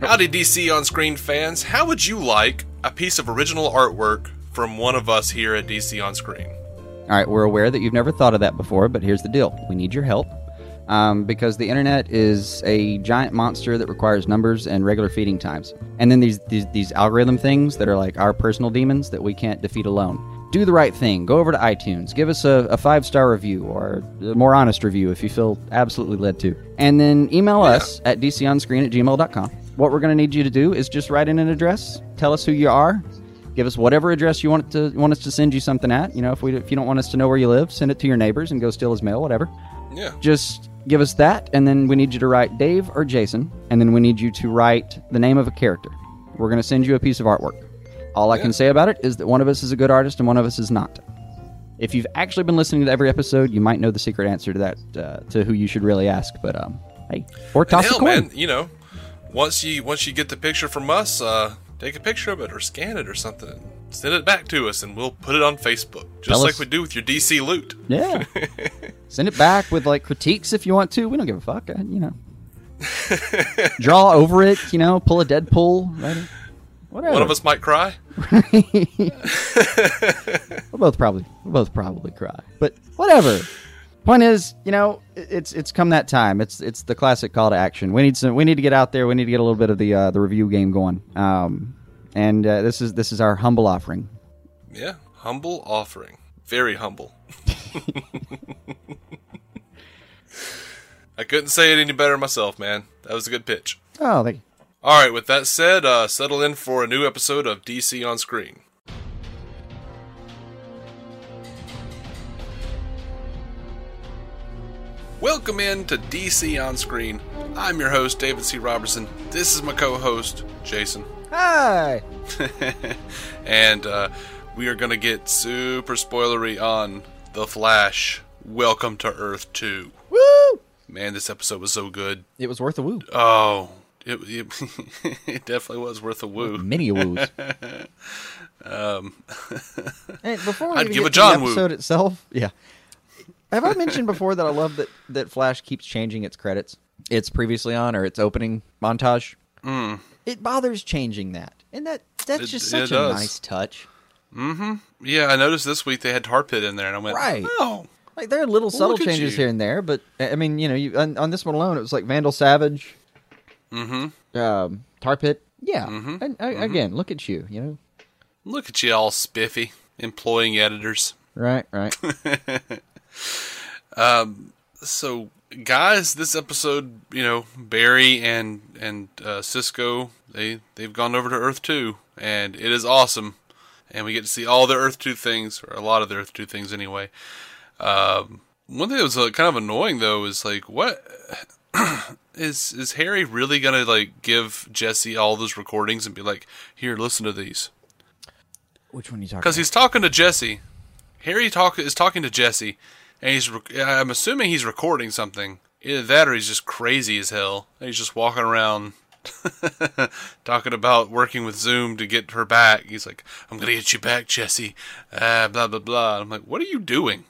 Howdy, DC on Screen fans. How would you like a piece of original artwork from one of us here at DC on Screen? All right, we're aware that you've never thought of that before, but here's the deal we need your help um, because the internet is a giant monster that requires numbers and regular feeding times. And then these, these, these algorithm things that are like our personal demons that we can't defeat alone. Do the right thing. Go over to iTunes. Give us a, a five star review or a more honest review if you feel absolutely led to. And then email us at dconscreen at gmail.com. What we're going to need you to do is just write in an address, tell us who you are, Give us whatever address you want to want us to send you something at. You know, if we if you don't want us to know where you live, send it to your neighbors and go steal his mail, whatever. Yeah. Just give us that, and then we need you to write Dave or Jason, and then we need you to write the name of a character. We're going to send you a piece of artwork. All I can say about it is that one of us is a good artist and one of us is not. If you've actually been listening to every episode, you might know the secret answer to that uh, to who you should really ask. But um, hey, or toss Hell, a coin. man, you know, once you once you get the picture from us, uh, take a picture of it or scan it or something. and Send it back to us, and we'll put it on Facebook, just Tell like us- we do with your DC loot. Yeah. Send it back with like critiques if you want to. We don't give a fuck. I, you know. Draw over it, you know, pull a Deadpool, right? Whatever. One of us might cry. We'll both probably we'll both probably cry. But whatever. Point is, you know, it- it's it's come that time. It's it's the classic call to action. We need some we need to get out there. We need to get a little bit of the uh, the review game going. Um and uh, this is this is our humble offering. Yeah, humble offering, very humble. I couldn't say it any better myself, man. That was a good pitch. Oh, they All right, with that said, uh, settle in for a new episode of DC on Screen. Welcome in to DC on Screen. I'm your host, David C. Robertson. This is my co host, Jason. Hi. and uh, we are going to get super spoilery on The Flash Welcome to Earth 2. Woo! Man, this episode was so good. It was worth a woo. Oh, it, it, it definitely was worth a woo. many woos. um, before we Um, I'd even give get a John to the woo. episode itself, yeah. Have I mentioned before that I love that that Flash keeps changing its credits? It's previously on or its opening montage. It bothers changing that, and that that's Hmm. It- just it such a does. nice touch. Yeah, I noticed this week they had tar pit in there, and I went, Right. Oh, Like there are little subtle look at changes you. here and there, but I I mean, you know, you on, on this one alone, it was like Vandal Savage, mm-hmm. um, Tar Pit. Yeah, Mm-hmm. and I, again, look at you. You know, look at you all spiffy, employing editors. right, right. So, guys, this episode, you know, Barry and and uh, Cisco, they they've gone over to Earth Two, and it is awesome. And we get to see all the Earth Two things, or a lot of the Earth Two things, anyway. Um, one thing that was uh, kind of annoying though is like, what is is Harry really gonna like give Jesse all those recordings and be like, here, listen to these? Which one are you talking? because he's talking to Jesse. Harry talk is talking to Jesse, and he's. Rec- I'm assuming he's recording something. Either that, or he's just crazy as hell. And he's just walking around, talking about working with Zoom to get her back. He's like, "I'm gonna get you back, Jesse." Ah, blah blah blah. I'm like, "What are you doing?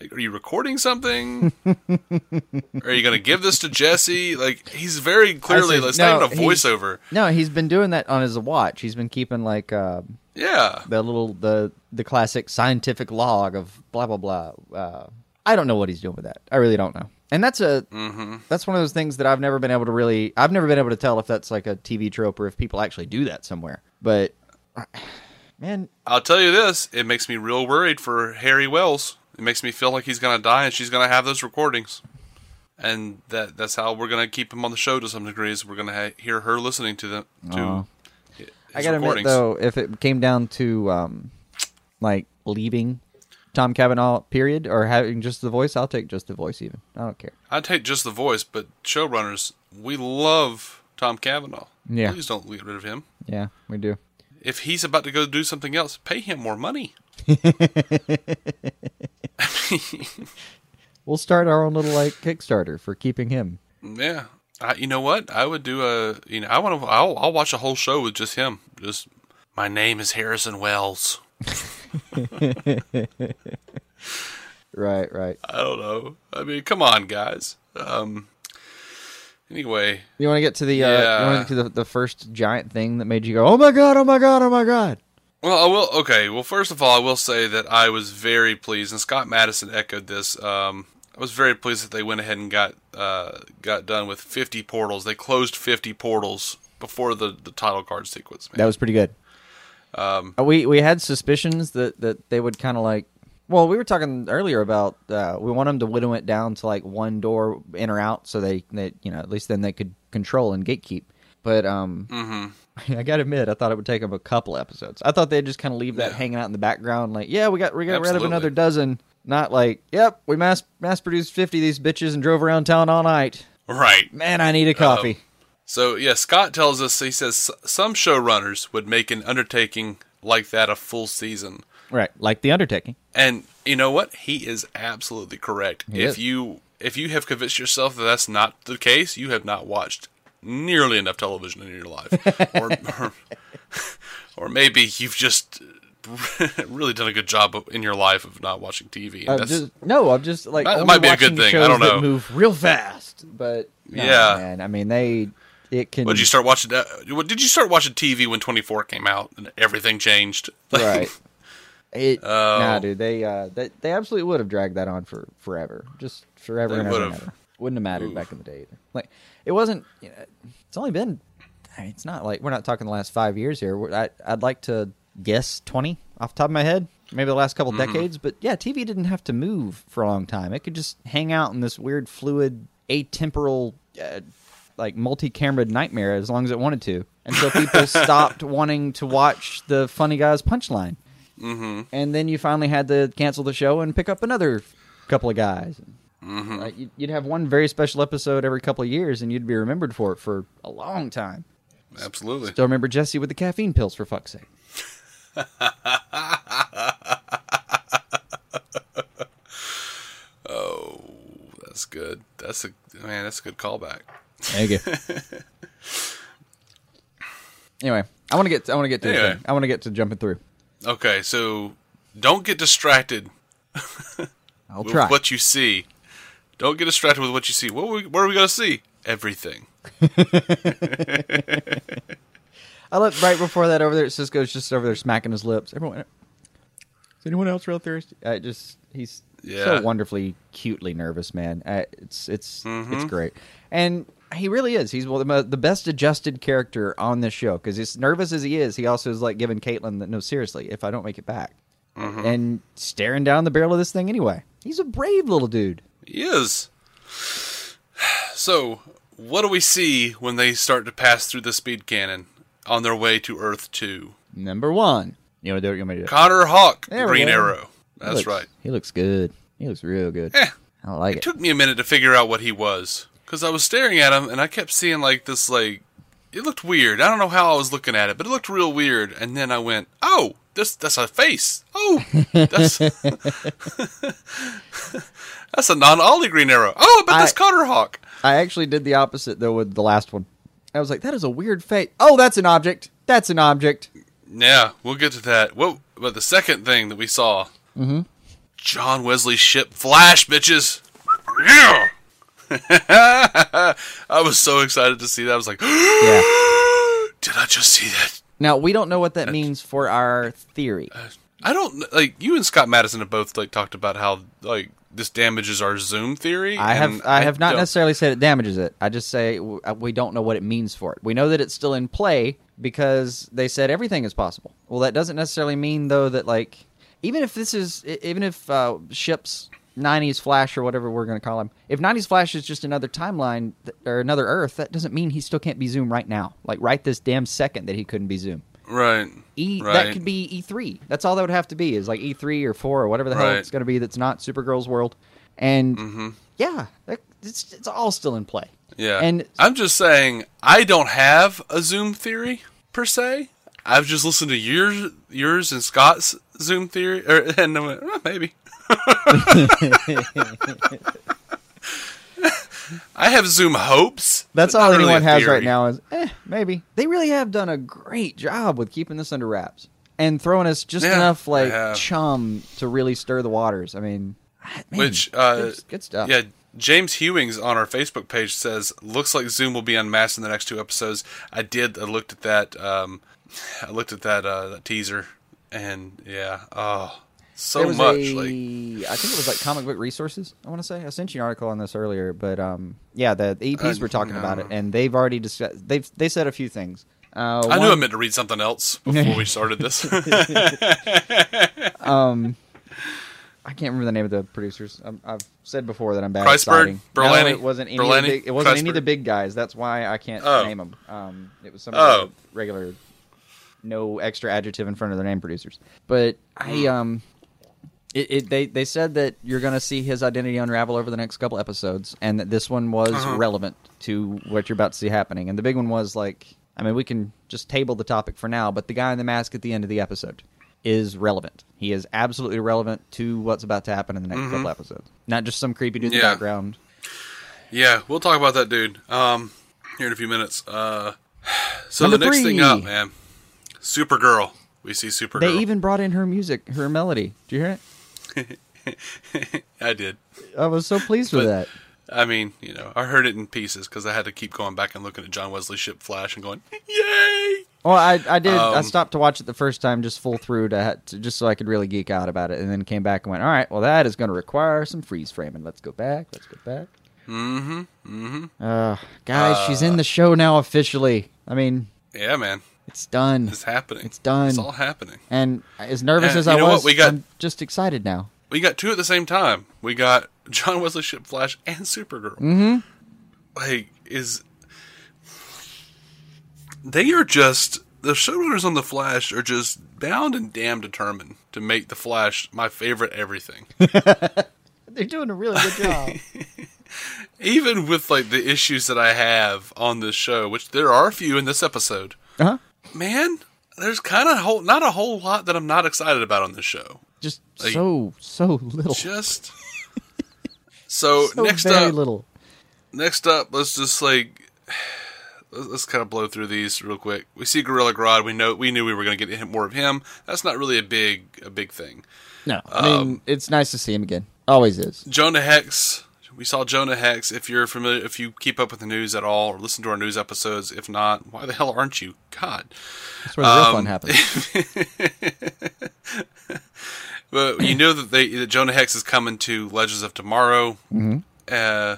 Like, are you recording something? are you gonna give this to Jesse?" Like, he's very clearly. said, It's not "No, even a he- voiceover. No, he's been doing that on his watch. He's been keeping like uh, Yeah. the little the the classic scientific log of blah blah blah. Uh, I don't know what he's doing with that. I really don't know. And that's a that's one of those things that I've never been able to really I've never been able to tell if that's like a TV trope or if people actually do that somewhere. But man, I'll tell you this, it makes me real worried for Harry Wells. It makes me feel like he's gonna die and she's gonna have those recordings. And that that's how we're gonna keep him on the show to some degree is we're gonna ha- hear her listening to them to his I gotta admit recordings. though, if it came down to um, like leaving Tom Cavanaugh, period, or having just the voice, I'll take just the voice. Even I don't care. I take just the voice, but showrunners, we love Tom Cavanaugh. Yeah. Please don't get rid of him. Yeah, we do. If he's about to go do something else, pay him more money. We'll start our own little like Kickstarter for keeping him. Yeah. I, you know what? I would do a you know I want to I'll, I'll watch a whole show with just him. Just my name is Harrison Wells. Right, right. I don't know. I mean, come on, guys. Um, Anyway, You want to get to the uh, Yeah. you want to get to the, the first giant thing that made you go, oh my god, oh my god, oh my god. Well, I will. Okay. Well, first of all, I will say that I was very pleased, and Scott Madison echoed this. Um, I was very pleased that they went ahead and got uh, got done with 50 portals. They closed 50 portals before the, the title card sequence. Man. That was pretty good. Um, we we had suspicions that that they would kind of like. Well, we were talking earlier about uh, we want them to whittle it down to like one door in or out, so they they you know at least then they could control and gatekeep. But um, Mm-hmm. I gotta admit, I thought it would take them a couple episodes. I thought they'd just kind of leave that Yeah. hanging out in the background, like yeah, we got we got rid Absolutely. of another dozen. Not like, yep, we mass mass produced fifty of these bitches and drove around town all night. right. Man, I need a coffee. So yeah, Scott tells us he says "S- some showrunners would make an undertaking like that a full season. Right, like the undertaking. And you know what? He is absolutely correct. He if is. you if you have convinced yourself that that's not the case, you have not watched nearly enough television in your life, or or, or maybe you've just really done a good job of- in your life of not watching TV. And I'm that's- Uh, just, no, I'm just like Might- only might be a watching good the thing, I Shows don't that know. move real fast, but no, Yeah. man. I mean, they it can. what did you start watching? That, what, did you start watching TV when Twenty Four came out and everything changed? Like, right? It nah, Oh. dude. They uh, they, they absolutely would have dragged that on for forever, just forever They and ever. would and have. ever. Wouldn't have mattered back in the day either. Like it wasn't. You know, it's only been. I mean, it's not like we're not talking the last five years here. We're- I, I'd like to guess twenty off the top of my head, maybe the last couple decades. But yeah, TV didn't have to move for a long time. It could just hang out in this weird, fluid, atemporal. Uh, like multi-camera nightmare as long as it wanted to until people stopped wanting to watch the funny guy's punchline and then you finally had to cancel the show and pick up another couple of guys. Like, you'd- Uh, you'd have one very special episode every couple of years, and you'd be remembered for it for a long time. absolutely. Still remember Jesse with the caffeine pills, for fuck's sake. That's good. That's a man. That's a good callback. There you go. anyway, I want to get I want to get to the Anyway. thing. I want to get to jumping through. Okay, so don't get distracted I'll with try. what you see. Don't get distracted with what you see. What were we, what are we going to see? Everything. I looked right before that over there. Cisco's just over there smacking his lips. Everyone, is anyone else real thirsty? I just he's Yeah. so wonderfully cutely nervous, man. I, it's it's Mm-hmm. it's great, and he really is. He's well, the, mo- the best adjusted character on this show because as nervous as he is, he also is like giving Caitlin that no, seriously, if I don't make it back, Mm-hmm. and staring down the barrel of this thing anyway. He's a brave little dude. He is. So, what do we see when they start to pass through the speed cannon on their way to Earth 2? Number one, you want to do what you want me to do? Connor Hawk, There we Green go. Arrow. He That's looks- right. He looks good. He looks real good. Eh. I like It took me a minute to figure out what he was because I was staring at him and I kept seeing like this like it looked weird. I don't know how I was looking at it, but it looked real weird. And then I went, "Oh, this that's a face. Oh, that's that's a non-Ollie Green Arrow. Oh, I bet that's I- Connor Hawk. I actually did the opposite though with the last one. I was like, that is a weird fate. Oh, that's an object. That's an object. Yeah, we'll get to that. What? But the second thing that we saw, mm-hmm. John Wesley's ship Flash, bitches. Yeah. I was so excited to see that. I was like, Yeah. Did I just see that? Now we don't know what that means for our theory. I don't like you and Scott Madison have both like talked about how like this damages our Zoom theory. I have and I have not don't- necessarily said it damages it. I just say w- uh, we don't know what it means for it. We know that it's still in play because they said everything is possible. Well, that doesn't necessarily mean though that like even if this is e- even if uh, ships 90s Flash or whatever we're going to call him, if 90s Flash is just another timeline th- or another Earth, that doesn't mean he still can't be Zoom right now. Like right this damn second that he couldn't be Zoom. Right. E right. that could be E three. That's all that would have to be is like E three or four or whatever the hell Right. Mm-hmm. it's going to be. That's not Supergirl's world, and yeah, that, it's it's all still in play. Yeah. and I'm just saying I don't have a Zoom theory per se. I've just listened to yours, yours and Scott's Zoom theory, or, and I went, "Oh, maybe. I have Zoom hopes. that's but not all really a anyone has right theory. now is eh, maybe they really have done a great job with keeping this under wraps and throwing us just Yeah, enough they like have. chum to really stir the waters. I mean, man, Which uh, good, good stuff. Yeah, James Hewings on our Facebook page says, "Looks like Zoom will be unmasked in the next two episodes." I did. I looked at that. Um, I looked at that, uh, that teaser, and yeah, oh, so There was much. a- Like, I think it was like comic book resources. I want to say I sent you an article on this earlier, but um, yeah, the, the EPs Uh, were talking about no. it, and they've already discussed. They've they said a few things. Uh, I knew I one- meant to read something else before we started this. um, I can't remember the name of the producers. I'm, I've said before that I'm bad. Kreisberg, at citing. Berlani, No, it wasn't any. Berlani, of the big, it wasn't any of the Kreisberg. big guys. That's why I can't Oh. name them. Um, it was some Oh. of the regular, no extra adjective in front of their name producers. But Hmm. I um, it, it they they said that you're going to see his identity unravel over the next couple episodes, and that this one was relevant to what you're about to see happening. And the big one was like, I mean, we can just table the topic for now, but the guy in the mask at the end of the episode is relevant. He is absolutely relevant to what's about to happen in the next couple episodes, not just some creepy dude in the Yeah. background. yeah, we'll talk about that, dude. Um, here in a few minutes. Uh, so Number the next thing three. up, man, Supergirl. We see Supergirl. They even brought in her music, her melody. Do you hear it? I did. I was so pleased with that. I mean, you know, I heard it in pieces because I had to keep going back and looking at John Wesley Ship Flash and going, "Yay!" Well, I, I did. I Um, stopped to watch it the first time, just full through to, ha- to just so I could really geek out about it, and then came back and went, "All right, well, that is going to require some freeze framing. Let's go back. Let's go back." Mm-hmm. Mm-hmm. Uh, guys, she's in the show now officially. I mean, Yeah, man, it's done. it's happening. It's done. It's all happening. and as nervous Yeah, as you I know what? was, We got- I'm just excited now. We got two at the same time. We got John Wesley Ship Flash and Supergirl. Mm-hmm. Like is they are just the showrunners on the Flash are just bound and damn determined to make the Flash my favorite everything. They're doing a really good job. Even with like the issues that I have on this show, which there are a few in this episode. uh-huh. man, there's kind of whole not a whole lot that I'm not excited about on this show. Just Like- so so little, Just so, Oh. so next very up, little. next up, let's just like let's, let's kind of blow through these real quick. We see Gorilla Grodd. We know we knew we were going to get him, more of him. That's not really a big a big thing. No, I um, mean it's nice to see him again. Always is. Jonah Hex. We saw Jonah Hex. If you're familiar, if you keep up with the news at all, or listen to our news episodes, if not, why the hell aren't you? God. That's where the real um, fun happens. But you know that they that Jonah Hex is coming to Legends of Tomorrow, Mm-hmm. uh,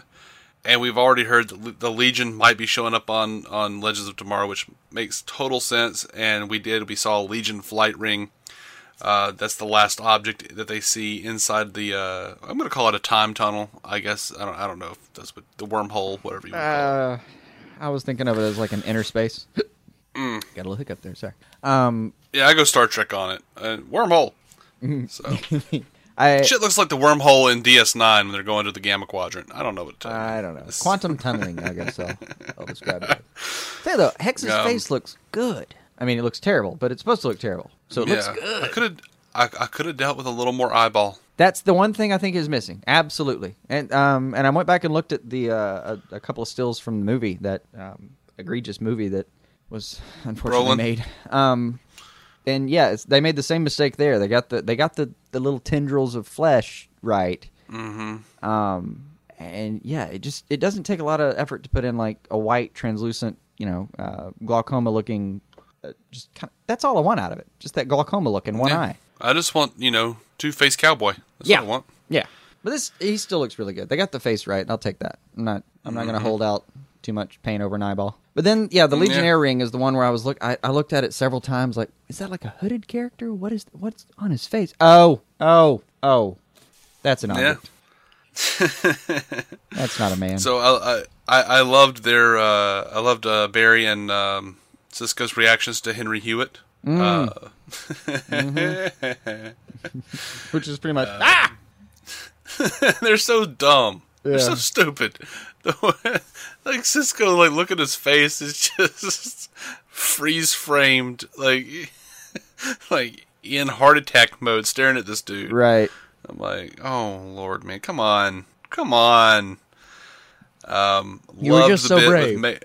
and we've already heard that Le- the Legion might be showing up on on Legends of Tomorrow, which makes total sense. And we did we saw a Legion flight ring. Uh, that's the last object that they see inside the. Uh, I'm going to call it a time tunnel. I guess I don't. I don't know if that's what the wormhole, whatever you want to call it. Uh, I was thinking of it as like an inner space. Got a little hiccup there, sorry. Um, Yeah, I go Star Trek on it. Uh, wormhole. So I shit looks like the wormhole in DS9 when they're going to the Gamma Quadrant. I don't know what. To tell you. I don't know It's- quantum tunneling. I guess I'll, I'll describe it. Say though, Hex's Um, face looks good. I mean, it looks terrible, but it's supposed to look terrible, so it looks good. I could have I, I could have dealt with a little more eyeball. That's the one thing I think is missing. Absolutely, and um, and I went back and looked at the uh, a, a couple of stills from the movie that um, egregious movie that was unfortunately Brolin. made. Um, and yeah, it's, they made the same mistake there. They got the they got the, the little tendrils of flesh right. Mm-hmm. Um, and yeah, it just it doesn't take a lot of effort to put in like a white translucent, you know, uh, glaucoma looking. Uh, just kind of, that's all I want out of it. Just that glaucoma look in one Yeah. eye. I just want you know two faced cowboy. That's Yeah. what I want. Yeah, but this he still looks really good. They got the face right. and I'll take that. I'm not. I'm not going to hold out too much pain over an eyeball. But then, yeah, the Mm-hmm. Mm, yeah. Legionnaire ring is the one where I was look. I, I looked at it several times. Like, is that like a hooded character? What is what's on his face? Oh, oh, oh, that's an object. that's not a man. So I I- I, I loved their uh, I loved uh, Barry and um, Cisco's reactions to Henry Hewitt. Mm. Uh, Which is pretty much uh, ah. they're so dumb. They're so Yeah. stupid. The way- like Cisco, like look at his face is just freeze framed, like like in heart attack mode, staring at this dude. Right. I'm like, oh lord, man, come on, come on. Um, You were loved just the so bit brave. With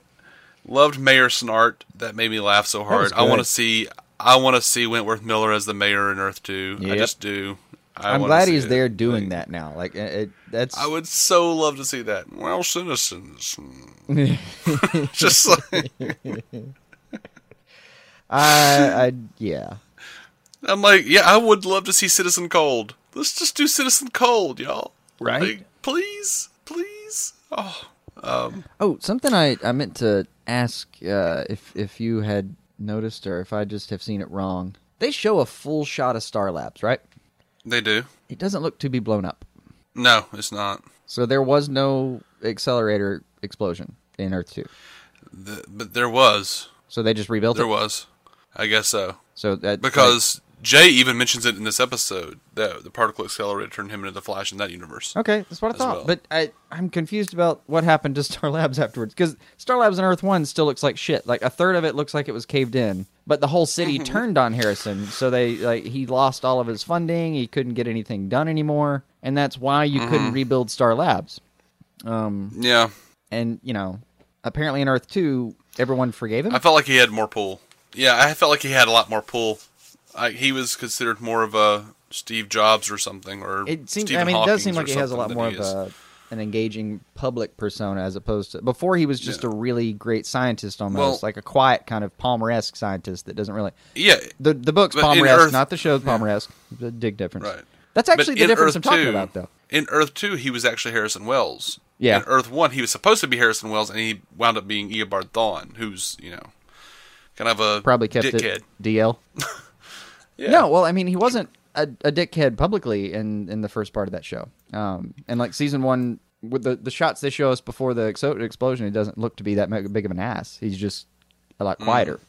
Ma- loved Mayor Snart. That made me laugh so was hard. I want to good. see. I want to see Wentworth Miller as the mayor in Earth Two. I Yep. just do. I I'm wanna glad see he's it. there doing that now. Like it, it, that's I would so love to see that. Well, citizens, just like I, I yeah. I'm like, yeah, I would love to see Citizen Cold. Let's just do Citizen Cold, y'all. Right. Like, please, please. Oh, um, Oh, something I, I meant to ask uh, if if you had noticed or if I just have seen it wrong. They show a full shot of Star Labs, right? they do. It doesn't look to be blown up. No, it's not. So there was no accelerator explosion in Earth 2. Th but there was, So they just rebuilt there it. was. I guess so. So that Because Jay even mentions it in this episode that the particle accelerator turned him into the Flash in that universe. like- okay, that's what I as thought. well. But I I'm confused about what happened to Star Labs afterwards cuz Star Labs in Earth 1 still looks like shit. Like a third of it looks like it was caved in, but the whole city Mm-hmm. turned on Harrison. So they like he lost all of his funding, he couldn't get anything done anymore, and that's why you Mm-hmm. couldn't rebuild Star Labs. Yeah, And, you know, apparently in Earth 2 everyone forgave him. I felt like he had more pull. Yeah, I felt like he had a lot more pull. I, he was considered more of a Steve Jobs or something, or it seems. Stephen I mean, it Hawking's does seem or like he has a lot something more than of he is. a, an engaging public persona as opposed to before he was just Yeah. a really great scientist, almost Well- like a quiet kind of Palmer-esque scientist that doesn't really. Yeah, The the book's But in Palmer-esque, Earth- not the show's Palmer-esque. The big difference. Right. That's But actually the in difference Earth I'm talking 2 about, though. In Earth Two, he was actually Harrison Wells. Yeah. In Earth One, he was supposed to be Harrison Wells, and he wound up being Eobard Thawne, who's you know kind of a Probably kept dickhead. it DL. Yeah. No, well, I mean, he wasn't a, a dickhead publicly in in the first part of that show. Um, and like season one, with the the shots they show us before the exo- explosion, he doesn't look to be that meg- big of an ass. He's just a Mm. lot quieter.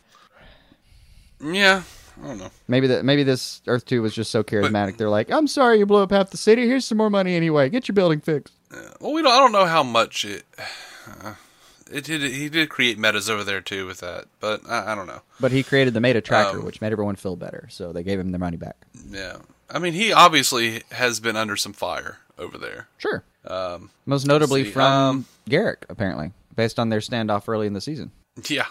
Yeah. I don't know. Maybe that maybe this Earth Two was just so charismatic. They're like, I'm sorry, you blew up half the city. Here's some more money anyway. Get your building fixed. Well, we don't. I don't know how much it. it did. He did create metas over there too with that, but I, I don't know. But he created the Meta Tracker, Um, which made everyone feel better. So they gave him their money back. Yeah. I mean, he obviously has been under some fire over there. Sure. Um, Most notably see, from um, Garrick, apparently, based on their standoff early in the season. yeah.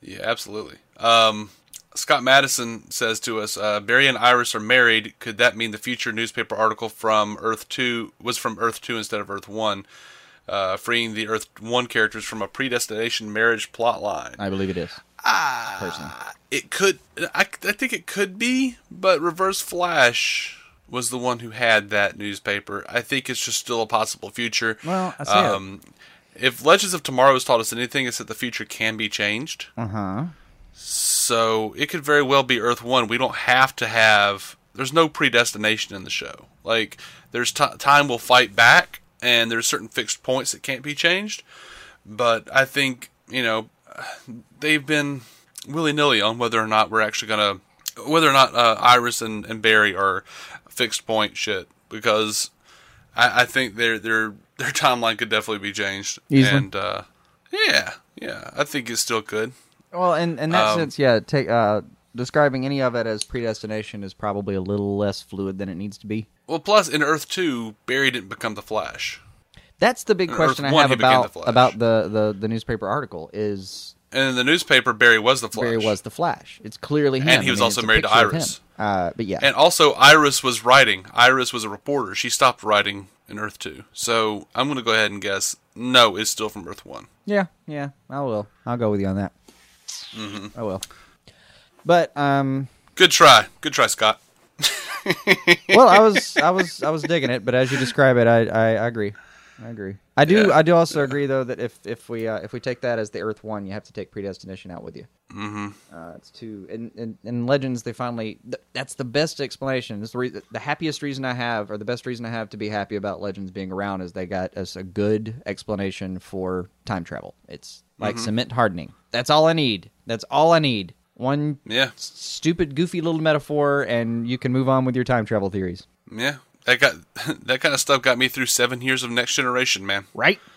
Yeah, absolutely. Um, Scott Madison says to us, uh, Barry and Iris are married. Could that mean the future newspaper article from Earth 2 was from Earth 2 instead of Earth 1, uh, freeing the Earth 1 characters from a predestination marriage plotline? I believe it is. Ah. personally. It could. I, I think it could be, but Reverse Flash was the one who had that newspaper. I think it's just still a possible future. Well, I see it. um, if Legends of Tomorrow has taught us anything, it's that the future can be changed. Uh huh. So it could very well be Earth One. We don't have to have. There's no predestination in the show. Like there's t- time will fight back, and there's certain fixed points that can't be changed. But I think you know they've been willy nilly on whether or not we're actually gonna whether or not uh, Iris and, and Barry are fixed point shit because I, I think their their their timeline could definitely be changed. Easily. And uh, yeah, yeah, I think it's still good. Well, in in Um, that sense, yeah. Take uh, describing any of it as predestination is probably a little less fluid than it needs to be. Well, plus in Earth Two, Barry didn't become the Flash, That's the big Earth question I One, have he became about the Flash. about the, the the newspaper article is and in the newspaper, Barry was the Flash. Barry was the Flash. It's clearly him. And he was I mean, also it's a married to picture of Iris. him. Uh, but yeah, and also Iris was writing. Iris was a reporter. She stopped writing in Earth Two, so I'm going to go ahead and guess no, it's still from Earth One. yeah, yeah. I will. I'll go with you on that. Mm-hmm. I will. But um, Good try, good try, Scott. well, I was I was I was digging it, but as you describe it, I I, I agree. I agree. I do. Yeah, I do also agree, though, that if if we uh, if we take that as the Earth One, you have to take predestination out with you. Mm-hmm. Uh, it's too. And in, in, Legends, they finally. Th- that's the best explanation. It's the, re- the happiest reason I have, or the best reason I have to be happy about Legends being around, is they got us a good explanation for time travel. It's like cement hardening. That's all I need. That's all I need. One Yeah, stupid, goofy little metaphor, and you can move on with your time travel theories. yeah. That got that kind of stuff got me through seven years of Next Generation, man. Right?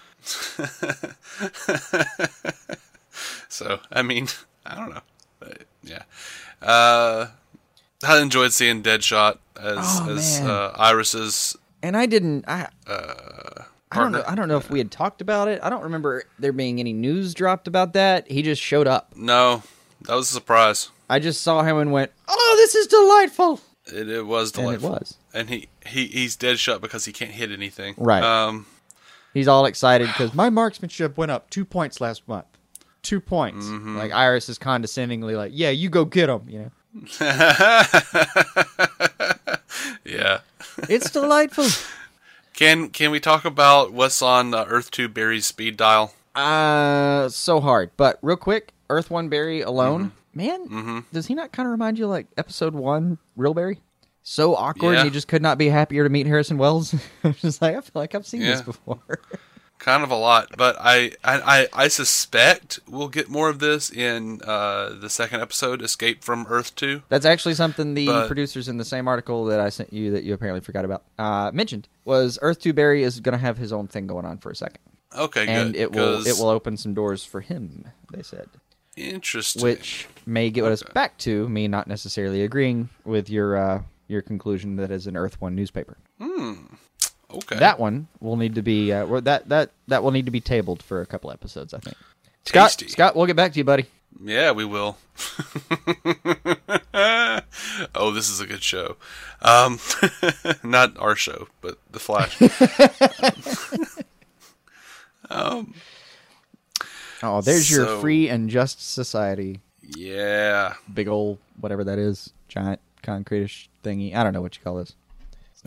So I mean, I don't know. But, yeah, uh, I enjoyed seeing Deadshot as Oh, as man. uh, Iris's And I didn't. I. I don't partner. know. I don't know if we had talked about it. I don't remember there being any news dropped about that. He just showed up. No, that was a surprise. I just saw him and went, "Oh, this is delightful." It, it was And it delightful. was. And he, he he's dead shut because he can't hit anything. Right. Um. He's all excited because my marksmanship went up two points last month. Two points. Like Iris is condescendingly like, "Yeah, you go get them." You know, Yeah. it's delightful. Can can we talk about what's on uh, Earth Two Barry's speed dial? Uh, so hard. But real quick, Earth One Berry alone, Mm-hmm. man, does he not kind of remind you like Episode One, Real Berry? So awkward. Yeah. and You just could not be happier to meet Harrison Wells. I'm just like, I feel like I've seen this Yeah. before. Kind of a lot, but I I, I, I suspect we'll get more of this in uh, the second episode, Escape from Earth Two. That's actually something the But- producers in the same article that I sent you that you apparently forgot about uh, mentioned was Earth Two Berry is going to have his own thing going on for a second, Okay, and good. it will 'cause- it will open some doors for him. They said, interesting. which may get us back to me not necessarily agreeing with your uh, your conclusion that is an Earth One newspaper. okay, That one will need to be uh, well, that that that will need to be tabled for a couple episodes, I think. Tasty. Scott, Scott, we'll get back to you, buddy. Yeah, we will. oh, this is a good show. Um, not our show, but The Flash. Oh, there's So- your free and just society, yeah. big old whatever that is, giant concreteish thingy. I don't know what you call this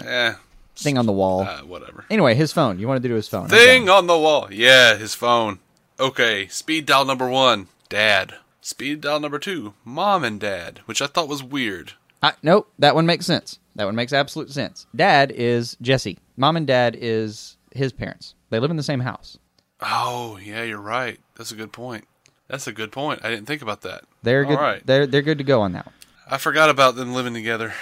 Eh, thing on the wall. uh, whatever. anyway, his phone. Oh. You wanted to do his phone? his Thing phone. on the wall. Yeah, his phone. Okay, speed dial number one, dad. Speed dial number two, mom and dad, which I thought was weird. I, nope, that one makes sense. That one makes absolute sense. Dad is Jesse. Mom and dad is his parents. They live in the same house. Oh, yeah, you're right. That's a good point. That's a good point. I didn't think about that. They're good. All right. They're they're good to go on that one. I forgot about them living together.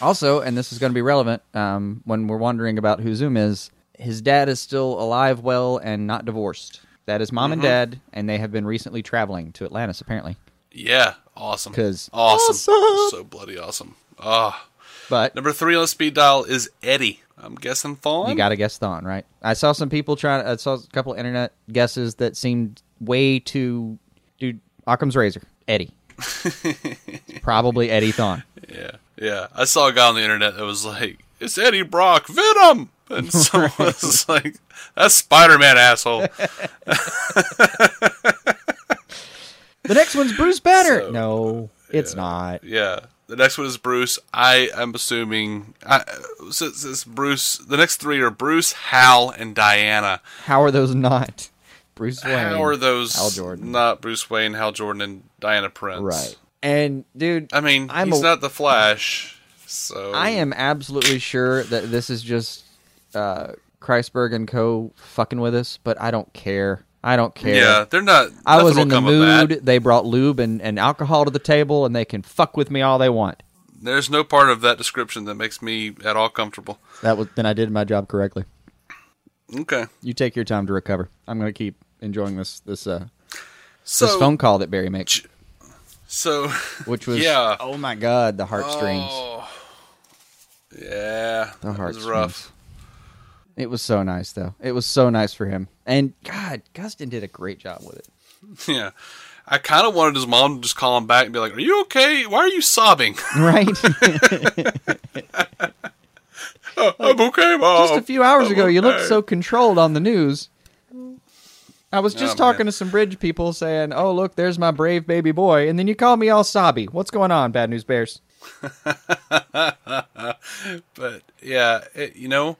Also, and this is going to be relevant um, when we're wondering about who Zoom is, his dad is still alive, well, and not divorced. That is mom and dad, and they have been recently traveling to Atlantis, apparently. Yeah, awesome. 'Cause- awesome. Awesome. So bloody awesome. Ah. But Number three on the speed dial is Eddie. I'm guessing Thawne. you got to guess Thon, right? I saw some people trying, I saw a couple of internet guesses that seemed way too. Dude, Occam's razor, Eddie. It's probably Eddie Thon. Yeah, yeah. I saw a guy on the internet that was like, "It's Eddie Brock, Venom," and someone was like, "That's Spider Man, asshole." The next one's Bruce Banner. So, no, it's not. Yeah. The next one is Bruce. I am assuming I, since it's Bruce, the next three are Bruce, Hal, and Diana. How are those not? Bruce Wayne. How are those? Hal Jordan. Not Bruce Wayne, Hal Jordan, and Diana Prince. Right. And dude, I mean, I'm he's a- not the Flash, so I am absolutely sure that this is just uh Kreisberg and Co. fucking with us, but I don't care. I don't care. Yeah, they're not. I nothing was will in the come of that. mood. They brought lube and, and alcohol to the table, and they can fuck with me all they want. There's no part of that description that makes me at all comfortable. That was then I did my job correctly. Okay. You take your time to recover. I'm going to keep enjoying this this uh So this phone call that Barry makes, So which was yeah. oh my god, the heartstrings. Oh. Yeah. The that was heartstrings. rough. It was so nice though. It was so nice for him. And God, Gustin did a great job with it. Yeah. I kind of wanted his mom to just call him back and be like, "Are you okay? Why are you sobbing?" Right? I'm okay, mom. just a few hours ago, you looked Oh, okay. so controlled on the news. I was just Oh, talking man. to some bridge people saying, "Oh, look, there's my brave baby boy," and then you call me all sobby. What's going on, Bad News Bears? But yeah, it, you know,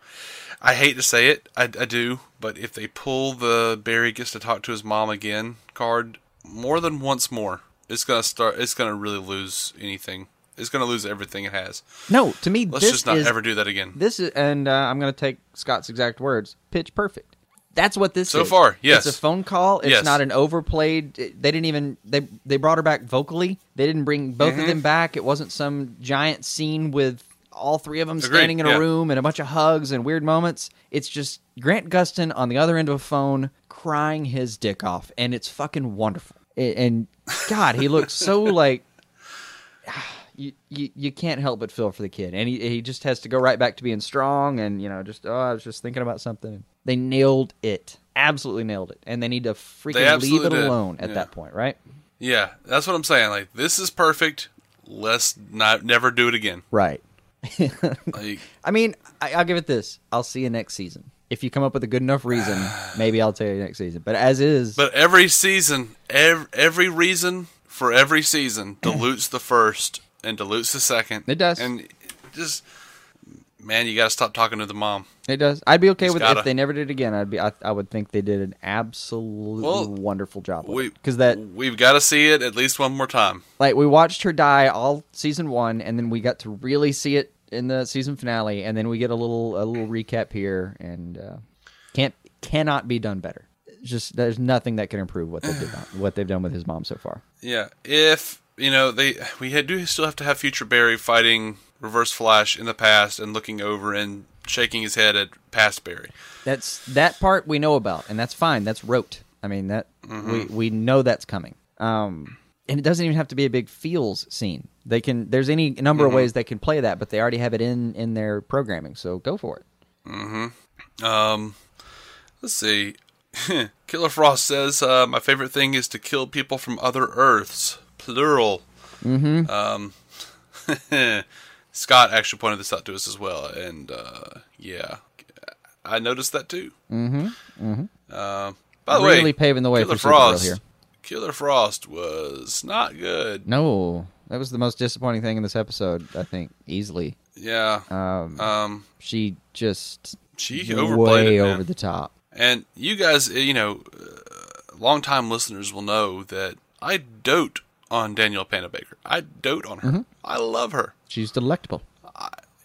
I hate to say it, I, I do. But if they pull the Barry gets to talk to his mom again card more than once more, it's gonna start. It's gonna really lose anything. It's gonna lose everything it has. No, to me, Let's this just not is ever do that again. this is, and uh, I'm going to take Scott's exact words: pitch perfect. That's what this So is. far, yes. It's a phone call. It's Yes. not an overplayed. it- They didn't even they they brought her back vocally. They didn't bring both Mm-hmm. of them back. It wasn't some giant scene with all three of them Agreed, standing in a yeah. room and a bunch of hugs and weird moments. It's just Grant Gustin on the other end of a phone crying his dick off, and it's fucking wonderful. A- And God, he looks so like you, you you can't help but feel for the kid, and he he just has to go right back to being strong, and you know, just oh, I was just thinking about something. They nailed it, absolutely nailed it, and they need to freaking leave absolutely it did. alone at Yeah. that point, right? Yeah, that's what I'm saying. Like this is perfect. Let's not never do it again. Right. Like, I mean, I, I'll give it this. I'll see you next season. If you come up with a good enough reason, maybe I'll tell you next season. But as is, but every season, every, every reason for every season dilutes the first and dilutes the second. It does. And just man, you got to stop talking to the mom. It does. I'd be okay It's with gotta- if they never did it again. I'd be. I, I would think they did an absolutely Well, wonderful job we- because that We've got to see it at least one more time. like we watched her die all season one, and then we got to really see it in the season finale, and then we get a little a little recap here, and uh, can't cannot be done better. Just there's nothing that can improve what they did what they've done with his mom so far. Yeah, if you know they, we had, do still have to have Future Barry fighting Reverse Flash in the past and looking over and shaking his head at past Barry. That's that part we know about, and that's fine. That's rote. I mean that Mm-hmm. we we know that's coming. Um, and it doesn't even have to be a big feels scene. They can. There's any number Mm-hmm. of ways they can play that, but they already have it in in their programming. So go for it. Let's see. Killer Frost says, uh, "My favorite thing is to kill people from other Earths, plural." Mm-hmm. Um, Scott actually pointed this out to us as well, and uh, yeah, I noticed that too. Mm-hmm. Mm-hmm. Uh, by the way, Really paving the way Killer for Supergirl Frost. here. Killer Frost was not good. No, that was the most disappointing thing in this episode. I think easily. Yeah, Um, um, she just she overplayed way it, man. over the top. And you guys, uh, you know, uh, longtime listeners will know that I dote on Danielle Panabaker. I dote on her. Mm-hmm. I love her. She's delectable.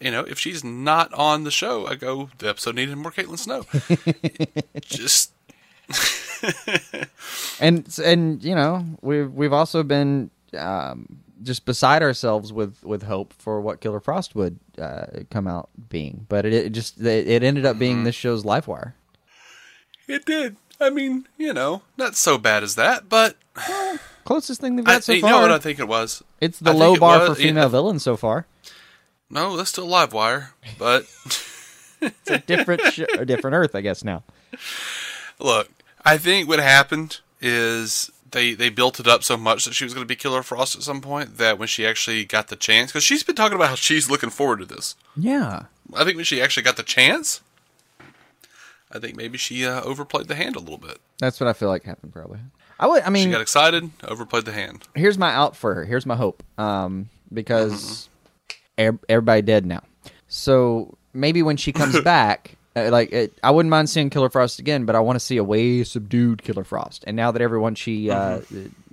You know, if she's not on the show, I go, the episode needed more Caitlin Snow. Just, and and you know we've we've also been um, just beside ourselves with with hope for what Killer Frost would uh, come out being, but it, it just it, it ended up Mm-hmm. being this show's live wire. it did. I mean, you know, not so bad as that, but Closest thing they've I, got so you far. know what I think it was? it's the I think low it bar was- for yeah, female villains so far. no, that's still live wire, but. It's a different sh- a different Earth, I guess now. Look, I think what happened is they they built it up so much that she was going to be Killer Frost at some point that when she actually got the chance, because she's been talking about how she's looking forward to this. Yeah, I think when she actually got the chance, I think maybe she uh, overplayed the hand a little bit. that's what I feel like happened probably. I would. I mean, She got excited, overplayed the hand. here's my out for her. Here's my hope. Um, because er- everybody dead now. So maybe when she comes back, uh, like it, I wouldn't mind seeing Killer Frost again, but I want to see a way subdued Killer Frost. And now that everyone she uh,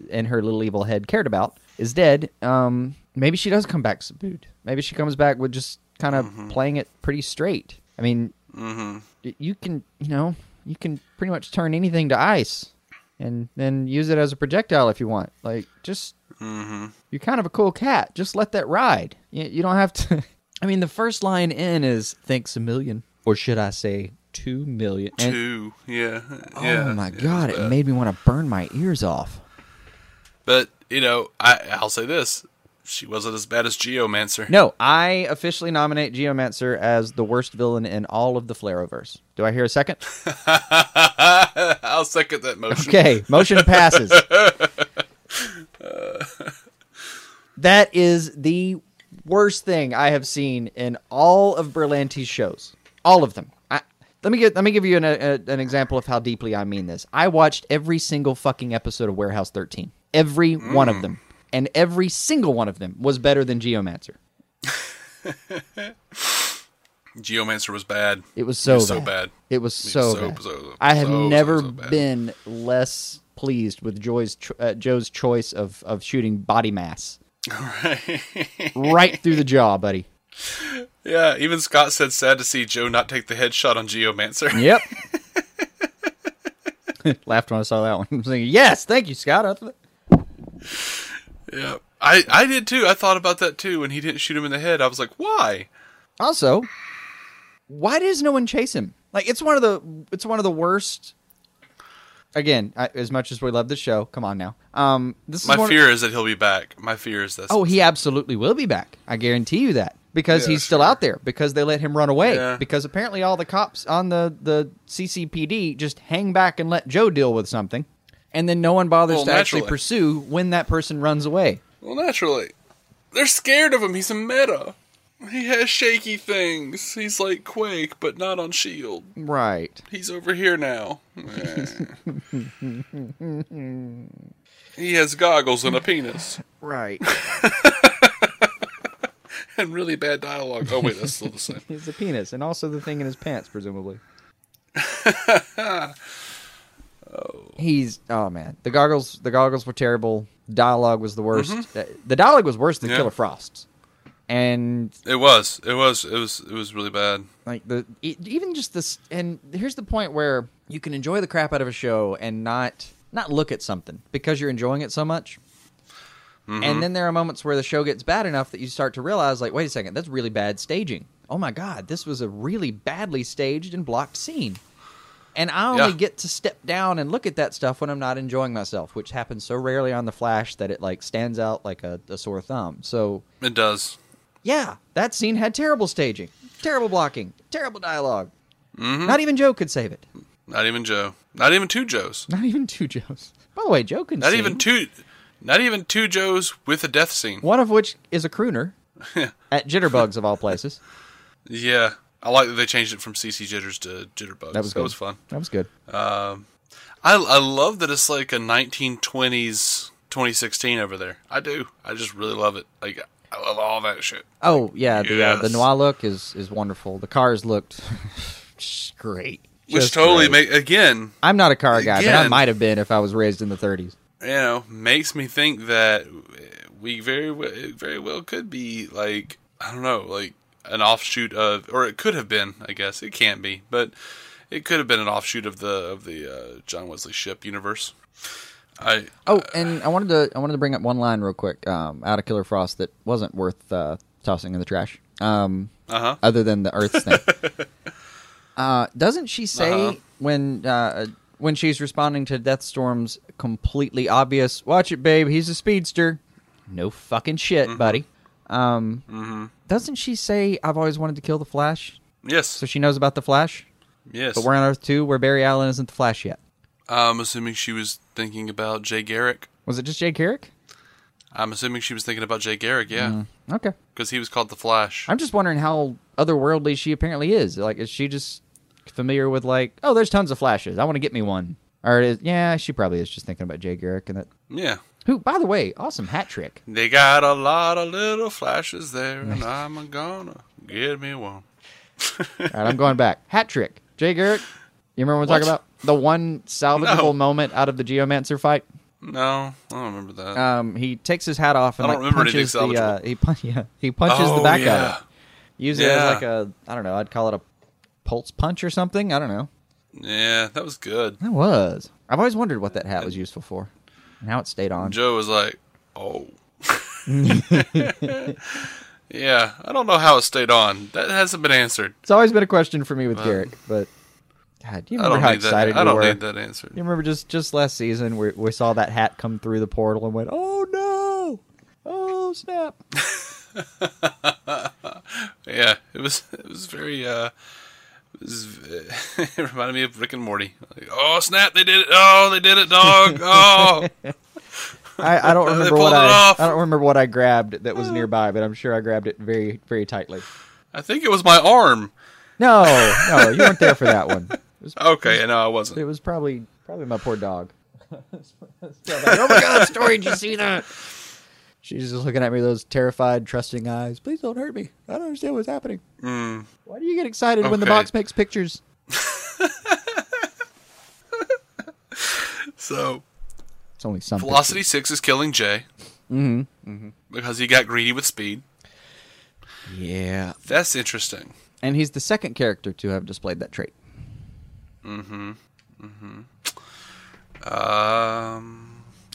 in her little evil head cared about is dead, um, maybe she does come back subdued. Maybe she comes back with just kind of playing it pretty straight. I mean, y- you can you know you can pretty much turn anything to ice and then use it as a projectile if you want like just Mm-hmm. you're kind of a cool cat just let that ride you, you don't have to i mean the first line in is thanks a million or should i say two million and, Two, yeah, oh yeah. my yeah, it's god it bad. made me want to burn my ears off But you know, I I'll say this: she wasn't as bad as Geomancer. no i officially nominate geomancer as the worst villain in all of the flareoverse do i hear a second I'll second that motion. Okay, motion passes. that is the worst thing I have seen in all of Berlanti's shows. All of them. I, let me get let me give you an, a, an example of how deeply I mean this. I watched every single fucking episode of Warehouse 13. Every one of them. And every single one of them was better than Geomancer. Geomancer was bad. It was so so bad. It was so, so, bad. so, so, I have so, so, never so bad. been less pleased with Joy's cho- uh, Joe's choice of of shooting body mass right through the jaw, buddy. Yeah, even Scott said sad to see Joe not take the headshot on Geomancer. Yep. Laughed when I saw that one. I'm thinking, yes, thank you, Scott. I th- yeah. I, I did too. I thought about that too when he didn't shoot him in the head. I was like, why? Also, why does no one chase him? Like it's one of the it's one of the worst. Again, I, as much as we love the show, come on now. Um, this is My one of- fear is that he'll be back. My fear is this. Oh, he absolutely will be back. I guarantee you that because Yeah, he's still sure. out there because they let him run away Yeah. because apparently all the cops on the the CCPD just hang back and let Joe deal with something, and then no one bothers Well, to actually naturally. pursue when that person runs away. Well, naturally. They're scared of him. He's a meta. He has shaky things. He's like Quake, but not on Shield. Right. E He's over here now. he has goggles and a penis Right. and really bad dialogue. Oh wait, that's still the same. He's a penis, and also the thing in his pants, presumably. He's oh man, the goggles. The goggles were terrible. Dialogue was the worst. The, the dialogue was worse than Mm-hmm. Yeah. Killer Frost's, and It was. It was. It was. It was really bad. like the e- even just this. And here's the point where you can enjoy the crap out of a show and not not look at something because you're enjoying it so much. And then there are moments where the show gets bad enough that you start to realize, like, wait a second, that's really bad staging. Oh my God, this was a really badly staged and blocked scene. And I only Yeah. get to step down and look at that stuff when I'm not enjoying myself, which happens so rarely on The Flash that it like stands out like a, a sore thumb. So It does. yeah, that scene had terrible staging, terrible blocking, terrible dialog Mm-hmm. Not even Joe could save it. Not even Joe. Not even two Joes. Not even two Joes. By the way, Joe can Not sing, even two. Not even two Joes with a death scene. One of which is a crooner at Jitterbugs of all places. Yeah, I like that they changed it from CC jitters to jitterbugs. That was good. fun. That was good. I I love that it's like a 1920s 2016 over there. I do. I just really love it. Like I love all that shit. Oh yeah, the uh, the Yes. noir look is is wonderful. The cars looked just great. Which Just totally great. make again, I'm not a car guy, but I Again. might have been if I was raised in the 30s. you know, makes me think that we very we- very well could be like I don't know, like an offshoot of, or it could have been. I guess it can't be, but it could have been an offshoot of the of the uh, John Wesley Ship universe. I Oh, and I wanted to I wanted to bring up one line real quick um, out of Killer Frost that wasn't worth uh, tossing in the trash. Um, Uh-huh. Other than the Earth thing. uh, doesn't she say when uh, when she's responding to Deathstorm's completely obvious "Watch it, babe, he's a speedster." No fucking shit, buddy. Um, Doesn't she say I've always wanted to kill the Flash? yes So she knows about the Flash, yes. but we're on Earth two, where Barry Allen isn't the Flash yet. I'm assuming she was thinking about Jay Garrick. Was it just Jay Carrick? I'm assuming she was thinking about Jay Garrick, yeah, Okay. because he was called the Flash. I'm just wondering how otherworldly she apparently is. Like, is she just familiar with like, oh, there's tons of flashes. I want to get me one. Or is, yeah, she probably is just thinking about Jay Garrick and that. yeah, Who, by the way, awesome hat trick. they got a lot of little flashes there, and I'm a gonna get me one. All right, I'm going back. Hat trick. Jay Garrick. You remember what I'm talking What? about? The one salvageable No. moment out of the Geomancer fight. No, I don't remember that. Um, he takes his hat off and I like don't remember anything punches the uh, salvageable. he pun- yeah, he punches the Oh, back out yeah. of it. Use it Yeah. as like a I don't know. I'd call it a pulse punch or something. I don't know. yeah, that was good. That was. I've always wondered what that hat was useful for. And how it stayed on. Joe was like, "Oh." yeah, I don't know how it stayed on. That hasn't been answered. It's always been a question for me with Garrick, but God, do you I remember don't how need excited that. I we don't were? need that answered. You remember just just last season we we saw that hat come through the portal and went, "Oh no! Oh snap!" Yeah, it was. It was very. uh it, was, v- it reminded me of Rick and Morty. Like, oh snap! They did it! Oh, they did it, dog! Oh, I, I don't remember pulled what it I off. I don't remember what I grabbed that was nearby, but I'm sure I grabbed it very very tightly. I think it was my arm. No, no, you weren't there for that one. It was, Okay, no, I it wasn't. was probably probably my poor dog. oh my god, story! Did you see that? She's just looking at me with those terrified, trusting eyes. Please don't hurt me. I don't understand what's happening. Why do you get excited when the Okay. box makes pictures? So It's only something. Velocity Six is killing Jay mm-hmm. because he got greedy with speed. Yeah. That's interesting. And he's the second character to have displayed that trait. Um,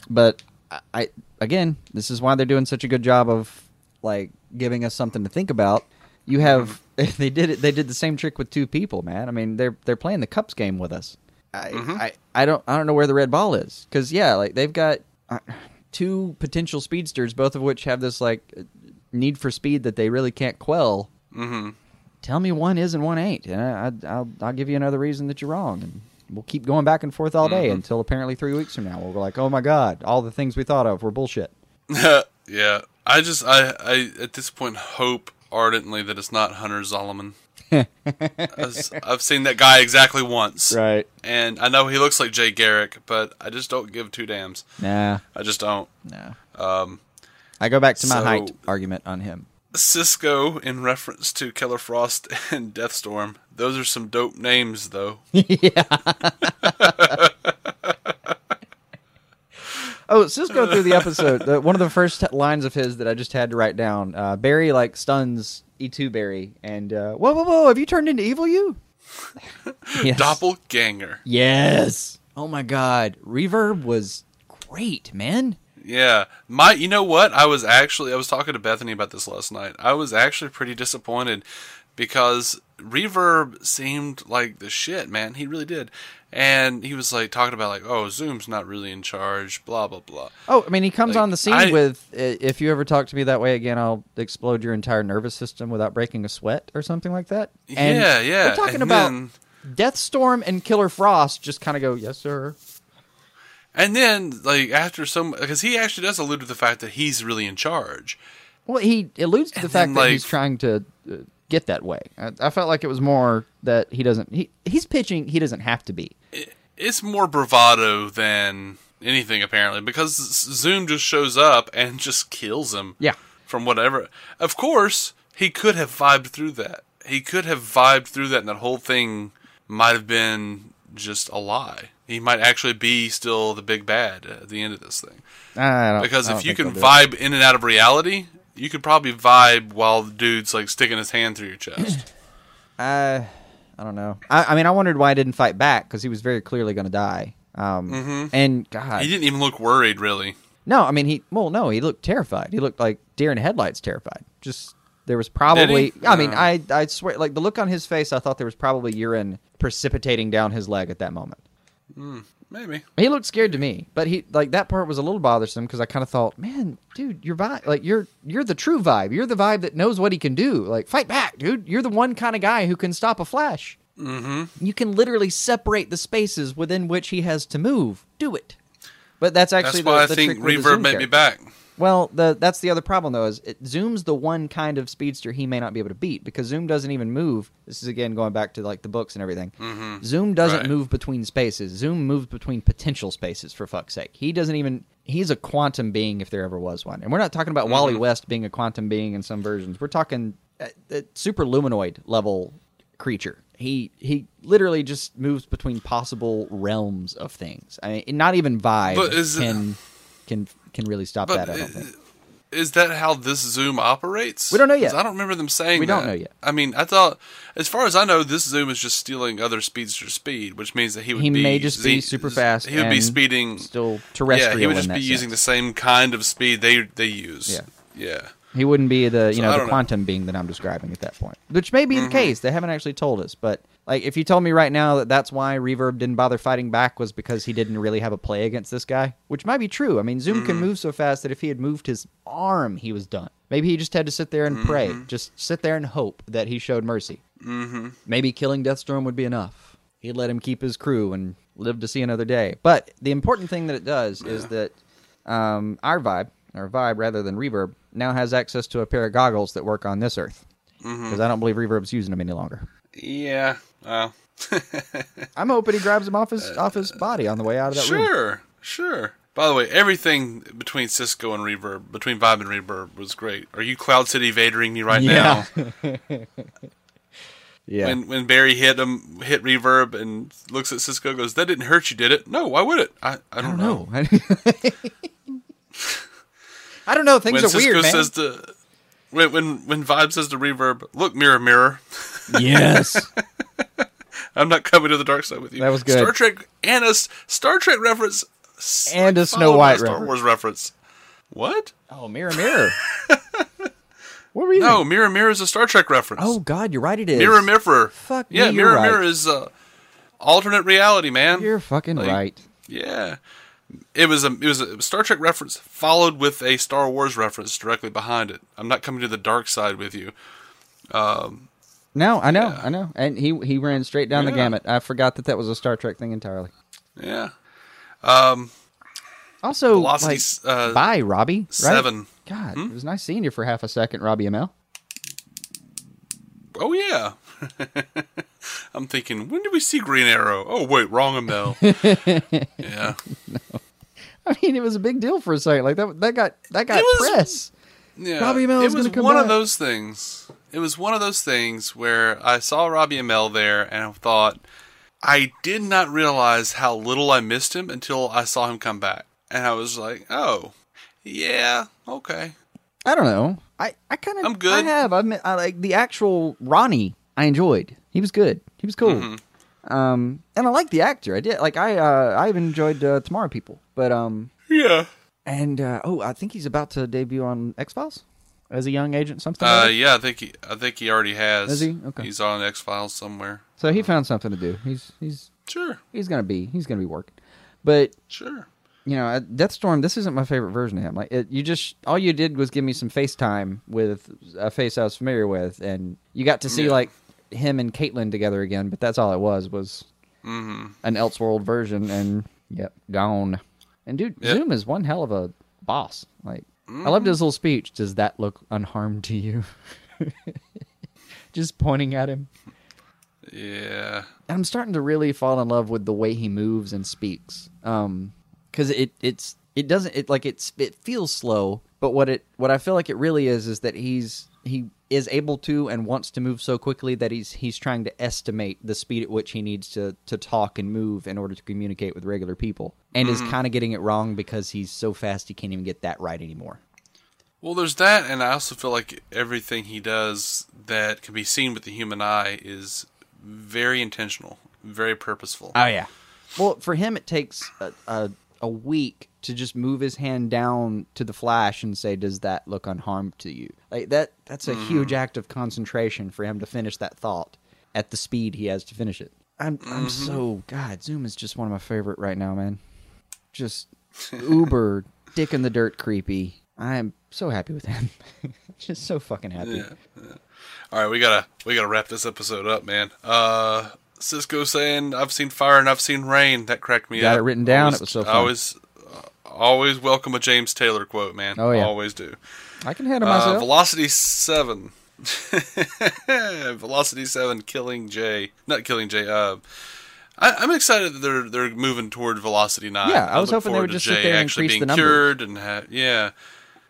But I, I again, this is why they're doing such a good job of like giving us something to think about. You have they did it. They did the same trick with two people, man. I mean, they're they're playing the cups game with us. I I, I don't I don't know where the red ball is because yeah, like they've got uh, two potential speedsters, both of which have this like need for speed that they really can't quell. Mm-hmm. Tell me one is and one ain't, and I, I, I'll I'll give you another reason that you're wrong, and we'll keep going back and forth all day until apparently three weeks from now we'll be like, oh my god, all the things we thought of were bullshit. yeah, I just I I at this point hope ardently that it's not Hunter Zolomon. As- I've seen that guy exactly once, Right. and I know he looks like Jay Garrick, but I just don't give two dams. Nah, I just don't. no. Um, I go back to my so- height argument on him. Cisco, in reference to Killer Frost and Deathstorm, those are some dope names, though. Oh, Cisco through the episode. The, one of the first t- lines of his that I just had to write down. Uh, Barry like stuns E2 Barry, and uh, whoa, whoa, whoa! Have you turned into evil? You? yes. Doppelganger. Yes. Oh my God! Reverb was great, man. Yeah, my. You know what? I was actually I was talking to Bethany about this last night. I was actually pretty disappointed because Reverb seemed like the shit, man. He really did, and he was like talking about like, oh, Zoom's not really in charge, blah blah blah. Oh, I mean, he comes Like, on the scene I- with "I- "If you ever talk to me that way again, I'll explode your entire nervous system without breaking a sweat" or something like that. And yeah, yeah. We're talking and about then- Deathstorm and Killer Frost. Just kind of go, "Yes, sir." and then like after some because he actually does allude to the fact that he's really in charge. Well, he alludes to the fact then, that he's like- trying to uh, get that way. I, I felt like it was more that he doesn't. He he's pitching. He doesn't have to be. it's more bravado than anything apparently because Zoom just shows up and just kills him. Yeah. From whatever. Of course, he could have vibed through that. He could have vibed through that and that whole thing might have been just a lie. He might actually be still the big bad at the end of this thing. I don't, Because I don't if you think can they'll do it. vibe in and out of reality, you could probably vibe while the dude's like sticking his hand through your chest. I I don't know. I, I mean, I wondered why he didn't fight back because he was very clearly going to die. Um, and God, Mm-hmm. he didn't even look worried really. no, I mean, he well, no, he looked terrified. He looked like deer in headlights, terrified. Just there was probably. Did he? Uh. I mean, No. I I swear, like the look on his face, I thought there was probably urine precipitating down his leg at that moment. Maybe. He looked scared to me, but he like that part was a little bothersome because I kind of thought, man, dude, your vibe, like you're you're the true vibe. You're the vibe that knows what he can do. Like fight back, dude. You're the one kind of guy who can stop a flash. Mm-hmm. You can literally separate the spaces within which he has to move. Do it. But that's That's actually the, why the I think trick with the Reverb Zoom made me back. character. Well, the that's the other problem though is it, Zoom's the one kind of speedster he may not be able to beat because Zoom doesn't even move. This is again going back to like the books and everything. Zoom doesn't Mm-hmm. Right. move between spaces. Zoom moves between potential spaces for fuck's sake. He doesn't even he's a quantum being if there ever was one. And we're not talking about Mm-hmm. Wally West being a quantum being in some versions. We're talking uh, uh, super luminoid level creature. He he literally just moves between possible realms of things. I mean, not even vibe But is- can can can really stop But that. I don't think. is that how this Zoom operates? We don't know yet. 'Cause I don't remember them saying. We don't that. know yet. I mean, I thought, as far as I know, this Zoom is just stealing other speedster speed, which means that he would He be may just be ze- super fast He would be and speeding still Yeah, terrestrial. he would in just that be using the sense. same kind of speed they they use. Yeah. yeah. He wouldn't be the you So I know don't the know. Mm-hmm. quantum being that I'm describing at that point, which may be the case. They haven't actually told us, but like if you told me right now that that's why Reverb didn't bother fighting back was because he didn't really have a play against this guy, which might be true. I mean, Zoom can Mm-hmm. move so fast that if he had moved his arm, he was done. Maybe he just had to sit there and pray, Mm-hmm. just sit there and hope that he showed mercy. Mm-hmm. Maybe killing Deathstorm would be enough. He'd let him keep his crew and live to see another day. But the important thing that it does is that um, our vibe, our vibe rather than Reverb, now has access to a pair of goggles that work on this Earth. Because Mm-hmm. I don't believe Reverb's using them any longer. Yeah. Well, I'm hoping he grabs them off his off his body on the way out of that room. Uh, sure, sure. By the way, everything between Cisco and Reverb, between Vibe and Reverb, was great. Are you Cloud City vadering me right now? Yeah. Yeah. When when Barry hit him, hit reverb, and looks at Cisco, goes, "That didn't hurt you, did it? No, why would it? I, I, don't, know." no. I don't know. Things When are Cisco weird, man. says to when, when when Vibe says to Reverb, "Look, mirror, mirror, yes. I'm not coming to the dark side with you." That was good. Star Trek and a s- Star Trek reference s- And a followed Snow by White a Star reference. Wars reference. What? Oh, mirror, mirror. what were you? No, mirror, mirror is a Star Trek reference. Oh God, you're right. It is. mirror, mirror. Fuck me, yeah, you're mirror, right. mirror is uh, alternate reality, man. You're fucking Like- right. Yeah. It was a it was a Star Trek reference followed with a Star Wars reference directly behind it. I'm not coming to the dark side with you. No, I know, I know. And he he ran straight down the Yeah. gamut. I forgot that that was a Star Trek thing entirely. Yeah. Also, Velocity like, s- uh, bye, Robbie. right? seven. Hmm? God, it was nice seeing you for half a second, Robbie ML. oh yeah. I'm thinking, when did we see Green Arrow? Oh wait, wrong Amel. yeah, I mean, it was a big deal for a second. Like that, that got that got It was- press. yeah. Robbie Amell It is was gonna come one back. of those things. It was one of those things where I saw Robbie Amell there and I thought, I did not realize how little I missed him until I saw him come back, and I was like, oh, yeah, okay. I don't know. I, I kind of I'm good. I have I've met, I like the actual Ronnie. I enjoyed. He was good. He was cool. Mm-hmm. Um, and I like the actor. I did like I uh, I even enjoyed uh, Tomorrow People. But um, Yeah. and uh, oh, I think he's about to debut on X Files as a young agent. Something. Uh, like that. yeah, I think he, I think he already has. Has Uh-huh. he? Okay. He's on X Files somewhere. So he found something to do. He's he's Sure, he's gonna be he's gonna be working. But sure. you know, at Deathstorm, this isn't my favorite version of him. Like, it, you just all you did was give me some FaceTime with a face I was familiar with, and you got to see Yeah. like him and Caitlyn together again. But that's all it was was Mm-hmm. an Elseworld version, and yep, gone. And dude, Yep. Mm-hmm. Zoom is one hell of a boss. Like, I loved his little speech. Does that look unharmed to you? just pointing at him. Yeah. And I'm starting to really fall in love with the way he moves and speaks. Um, because it it's it doesn't it like it's it feels slow, but what it what I feel like it really is is that he's he is able to and wants to move so quickly that he's he's trying to estimate the speed at which he needs to to talk and move in order to communicate with regular people, and is kind of getting it wrong because he's so fast he can't even get that right anymore. Well, there's that, and I also feel like everything he does that can be seen with the human eye is very intentional, very purposeful. Oh yeah. Well, for him, it takes a, a a week to just move his hand down to the flash and say, "Does that look unharmed to you?" Like that. That's Mm-hmm. a huge act of concentration for him to finish that thought at the speed he has to finish it. I'm Mm-hmm. I'm so God. Zoom is just one of my favorite right now, man. Just uber dick in the dirt creepy. I am so happy with him. just so fucking happy. All right, we gotta we gotta wrap this episode up, man. Uh, Cisco saying I've seen fire and I've seen rain. That cracked me Got up. it written down. Always- It was so I fun. always uh, always welcome a James Taylor quote, man. Oh, yeah. always do. I can handle Uh, myself. Velocity seven. Velocity seven, killing Jay. Not killing Jay. Uh, I, I'm excited that they're they're moving toward Velocity nine. Yeah, I was look hoping they forward to would just sit Jay there and actually being increase the numbers. cured and ha- yeah,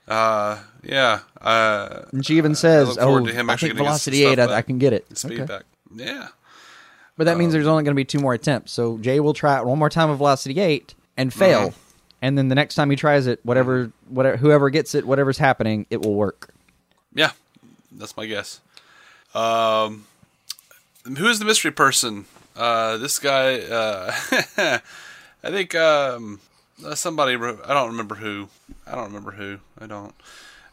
uh, yeah. Uh, and she even says, look "Oh, forward to him I actually think getting his velocity stuff eight. I, I back. can get it." speed Okay. back. Yeah. But that means there's only going to be two more attempts. So Jay will try it one more time with velocity eight and fail, and then the next time he tries it, whatever, whatever, whoever gets it, whatever's happening, it will work. Yeah, that's my guess. Um, who is the mystery person? Uh, this guy. Uh, I think um, uh, somebody. wrote- I don't remember who. I don't remember who. I don't.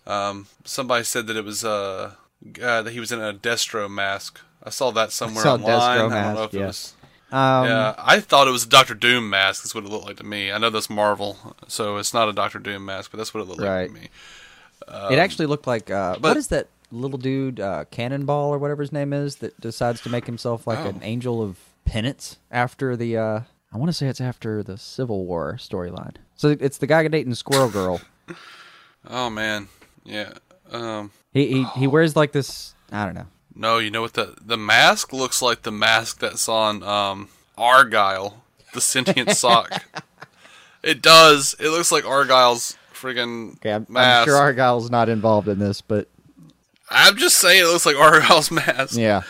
Um, somebody said that it was uh, uh that he was in a Destro mask. I saw that somewhere saw online. Destro I don't mask, know if yeah. it was. Um, Yeah, I thought it was a Doctor Doom mask. That's what it looked like to me. I know that's Marvel, so it's not a Doctor Doom mask, but that's what it looked Right. like to me. it actually looked like uh, what but- is that little dude, uh, Cannonball or whatever his name is, that decides to make himself like an angel of penance after the. Uh, I want to say it's after the Civil War storyline. So it's the guy dating Squirrel Girl. Oh man, yeah. Um, He he, he wears like this. I don't know. No, you know what the the mask looks like? The mask that's on um, Argyle, the sentient sock. It does. It looks like Argyle's friggin' Okay, I'm, I'm mask. sure Argyle's not involved in this, but I'm just saying it looks like Argyle's mask. yeah,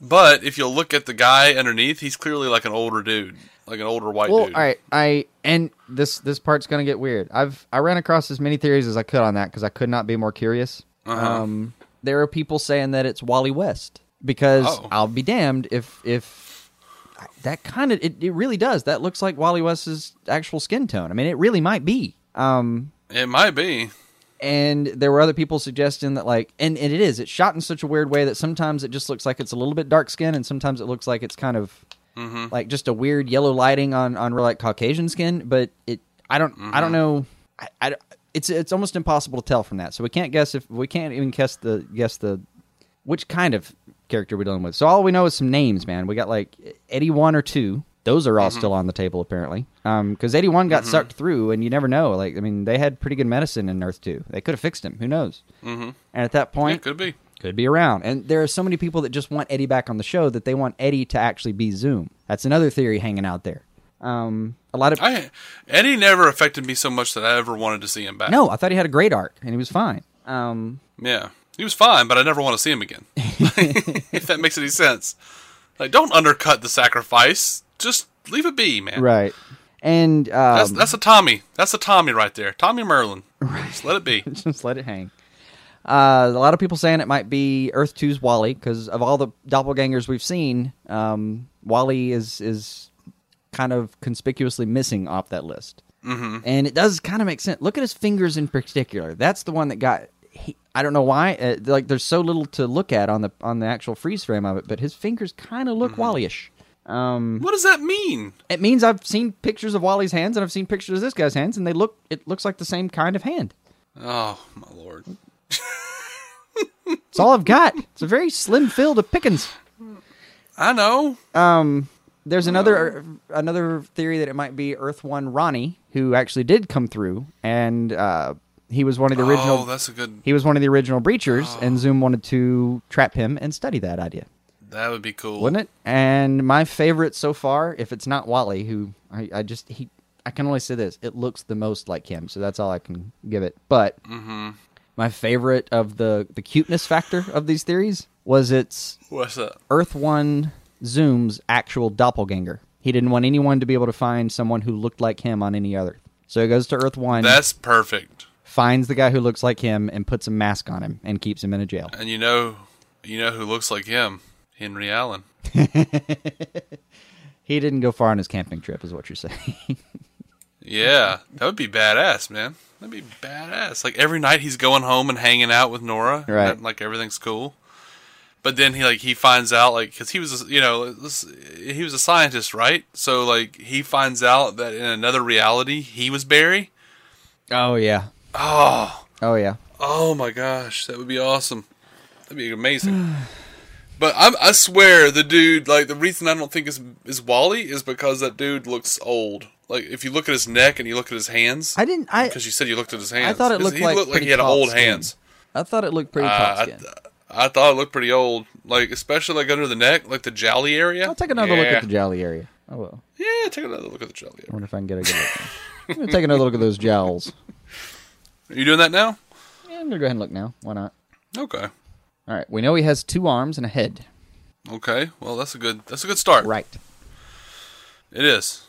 But if you look at the guy underneath, he's clearly like an older dude, like an older white Well, dude. all right. I and this this part's gonna get weird. I've I ran across as many theories as I could on that because I could not be more curious. Uh-huh. Um, there are people saying that it's Wally West because Oh. I'll be damned if if that kind of it, it really does. That looks like Wally West's actual skin tone. I mean, it really might be. Um, It might be. and there were other people suggesting that like and, and it is it's shot in such a weird way that sometimes it just looks like it's a little bit dark skin and sometimes it looks like it's kind of like just a weird yellow lighting on on real like caucasian skin but it i don't i don't know I, I- it's it's almost impossible to tell from that so we can't guess if we can't even guess the guess the which kind of character we're dealing with so all we know is some names man we got like 81 or 2 those are all still on the table apparently Um, because 81 got sucked through and you never know like i mean they had pretty good medicine in earth 2 they could have fixed him who knows mm-hmm. and at that Yeah, point It could be. could be around. And there are so many people that just want Eddie back on the show that they want Eddie to actually be Zoom. That's another theory hanging out there. Um, a lot of I Eddie never affected me so much that I ever wanted to see him back. no, I thought he had a great arc and he was fine. Um, Yeah. He was fine, but I never want to see him again. if that makes any sense. Like, don't undercut the sacrifice. Just leave it be, man. right. And um, That's, that's a Tommy. That's a Tommy right there. Tommy Merlin. Just let it be. just let it hang. Uh, a lot of people saying it might be Earth 2's Wally because of all the doppelgangers we've seen, um, Wally is is kind of conspicuously missing off that list. Mm-hmm. And it does kind of make sense. Look at his fingers in particular. That's the one that got. He, I don't know why. Uh, like there's so little to look at on the on the actual freeze frame of it, but his fingers kind of look Wally-ish. What does that mean? It means I've seen pictures of Wally's hands and I've seen pictures of this guy's hands, and they look. It looks like the same kind of hand. Oh, my lord. It's all I've got. It's a very slim field of pickings. I know. There's another another theory that it might be Earth One Ronnie, who actually did come through, and uh, he was one of the original. oh, that's a good. he was one of the original breachers, and Zoom wanted to trap him and study that idea, That would be cool. wouldn't it? And my favorite so far, if it's not Wally, who I, I just he I can only say this, it looks the most like him, so that's all I can give it. But my favorite of the the cuteness factor of these theories was it's What's that? Earth One Zoom's actual doppelganger. He didn't want anyone to be able to find someone who looked like him on any other. So he goes to Earth One, That's perfect. finds the guy who looks like him, and puts a mask on him and keeps him in a jail. And you know, you know who looks like him? Henry Allen. He didn't go far on his camping trip, is what you're saying. Yeah, that would be badass, man. That'd be badass. Like every night he's going home and hanging out with Nora, Right. and, like everything's cool. But then he like he finds out like because he was you know this- he was a scientist, right? So like he finds out that in another reality he was Barry. oh yeah. Oh, Oh yeah. oh my gosh, that would be awesome. That'd be amazing. but I'm, I swear, the dude like the reason I don't think is is Wally is because that dude looks old. Like if you look at his neck and you look at his hands, I didn't. I because you said you looked at his hands. I thought it 'Cause looked he like looked like pretty he had taut old skin. hands. I thought it looked pretty Uh, top I, skin. th- I thought it looked pretty old, like especially like under the neck, like the jolly area. I'll take another look Yeah. at the jolly area. I will. yeah. Take another look at the jolly I area. wonder if I can get a good look. I'm gonna take another look at those jowls. Are you doing that now? Yeah, I'm gonna go ahead and look now. Why not? Okay, All right. We know he has two arms and a head. okay. Well, that's a good that's a good start. Right. It is.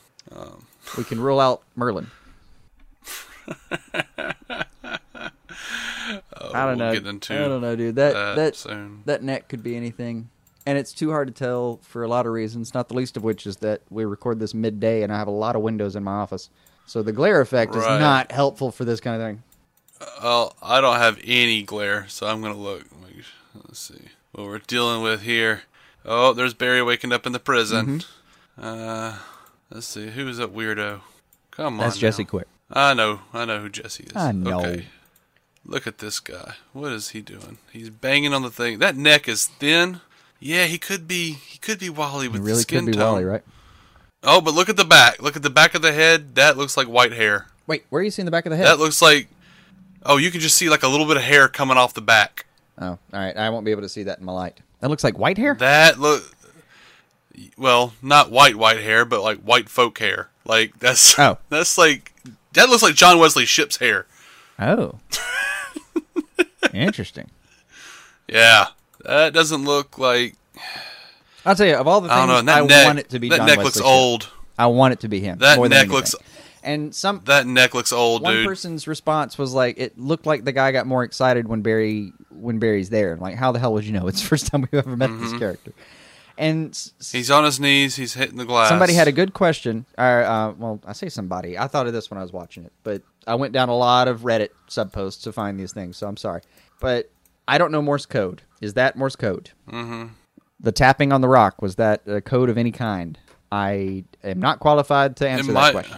We can rule out Merlin. I don't Oh, we'll know. get into uh, I don't know, dude. That that that soon. that neck could be anything, and it's too hard to tell for a lot of reasons. Not the least of which is that we record this midday, and I have a lot of windows in my office, so the glare effect Right. is not helpful for this kind of thing. Well, I don't have any glare, so I'm gonna look. Like, Let's see what we're dealing with here. Oh, there's Barry waking up in the prison. Mm-hmm. Uh, let's see who's that weirdo. Come on, That's Jesse now. Quick. I know, I know who Jesse is. I know. Look at this guy. What is he doing? He's banging on the thing. That neck is thin. Yeah, he could be. He could be Wally with It the really skin could be tone. Wally, right? Oh, but look at the back. Look at the back of the head. That looks like white hair. Wait, where are you seeing the back of the head? That looks like. Oh, you can just see like a little bit of hair coming off the back. oh, all right. I won't be able to see that in my light. That looks like white hair. That look. Well, not white white hair, but like white folk hair. Like that's Oh. that's like that looks like John Wesley Ship's hair. Oh. Interesting. Yeah, that doesn't look like I'll tell you, of all the I don't things know. I, and That neck, want it to be that John neck Wesley looks Shipp. old. I want it to be him. That more than neck looks- anything. and some That neck looks old, one dude. person's response was like it looked like the guy got more excited when Barry when Barry's there. Like how the hell would you know? It's the first time we've ever met Mm-hmm. this character. And s- s- He's on his knees. He's hitting the glass. somebody had a good question. Or, uh, well, I say somebody. I thought of this when I was watching it, but I went down a lot of Reddit sub posts to find these things. So I'm sorry, but I don't know Morse code. Is that Morse code? Mm-hmm. The tapping on the rock was that a code of any kind? I am not qualified to It answer that might. question.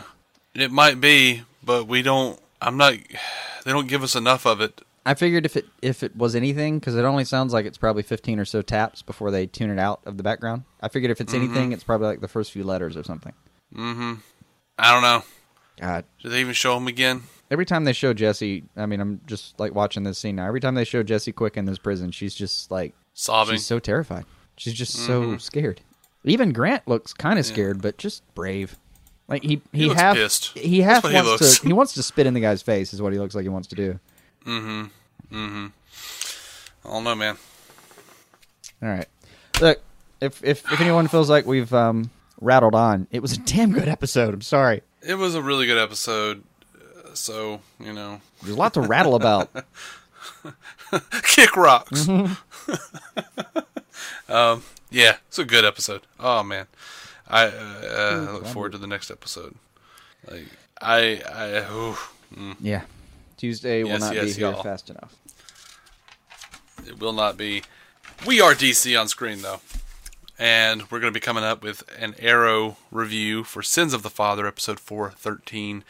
It might be, but we don't. I'm not. They don't give us enough of it. I figured if it if it was anything, because it only sounds like it's probably fifteen or so taps before they tune it out of the background. Mm-hmm. I figured if it's anything, it's probably like the first few letters or something. I don't know. God, Did they even show him again? every time they show Jesse, I mean, I'm just like watching this scene now. Every time they show Jesse Quick in this prison, she's just like Sobbing. Mm-hmm. she's so terrified. She's just so scared. Even Grant looks kind of scared, but just brave. Like he he, looks half pissed. he That's half what he wants looks. to he wants to spit in the guy's face is what he looks like he wants to do. I don't know, man. All right, look if if, if anyone feels like we've um, rattled on, it was a damn good episode. I'm sorry, It was a really good episode. uh, So, you know, there's a lot to rattle about. kick rocks. um, yeah, it's a good episode. Oh man, I uh, uh, look forward to the next episode. Like I, I, ooh, Yeah, Tuesday will Yes, not be yes, here y'all. fast enough. it will not be. We are DC on screen though, and we're going to be coming up with an Arrow review for Sins of the Father, episode four thirteen.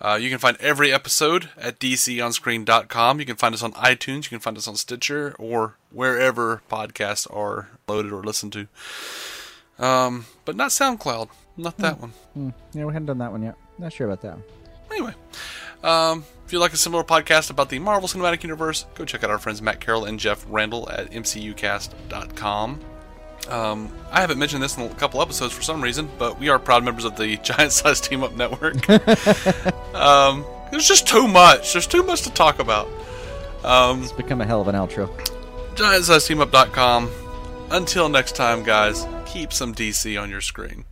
Uh, you can find every episode at dconscreen.com. You can find us on iTunes. You can find us on Stitcher or wherever podcasts are loaded or listened to. Um, but not SoundCloud. Not that one. Yeah, we hadn't done that one yet. Not sure about that. One. Anyway, um, if you like a similar podcast about the Marvel Cinematic Universe, go check out our friends Matt Carroll and Jeff Randall at mcucast.com. Um, I haven't mentioned this in a couple episodes for some reason, but we are proud members of the Giant Size Team Up Network. um, there's just too much. There's too much to talk about. Um, It's become a hell of an outro. GiantSizeTeamUp.com. Until next time, guys, keep some DC on your screen.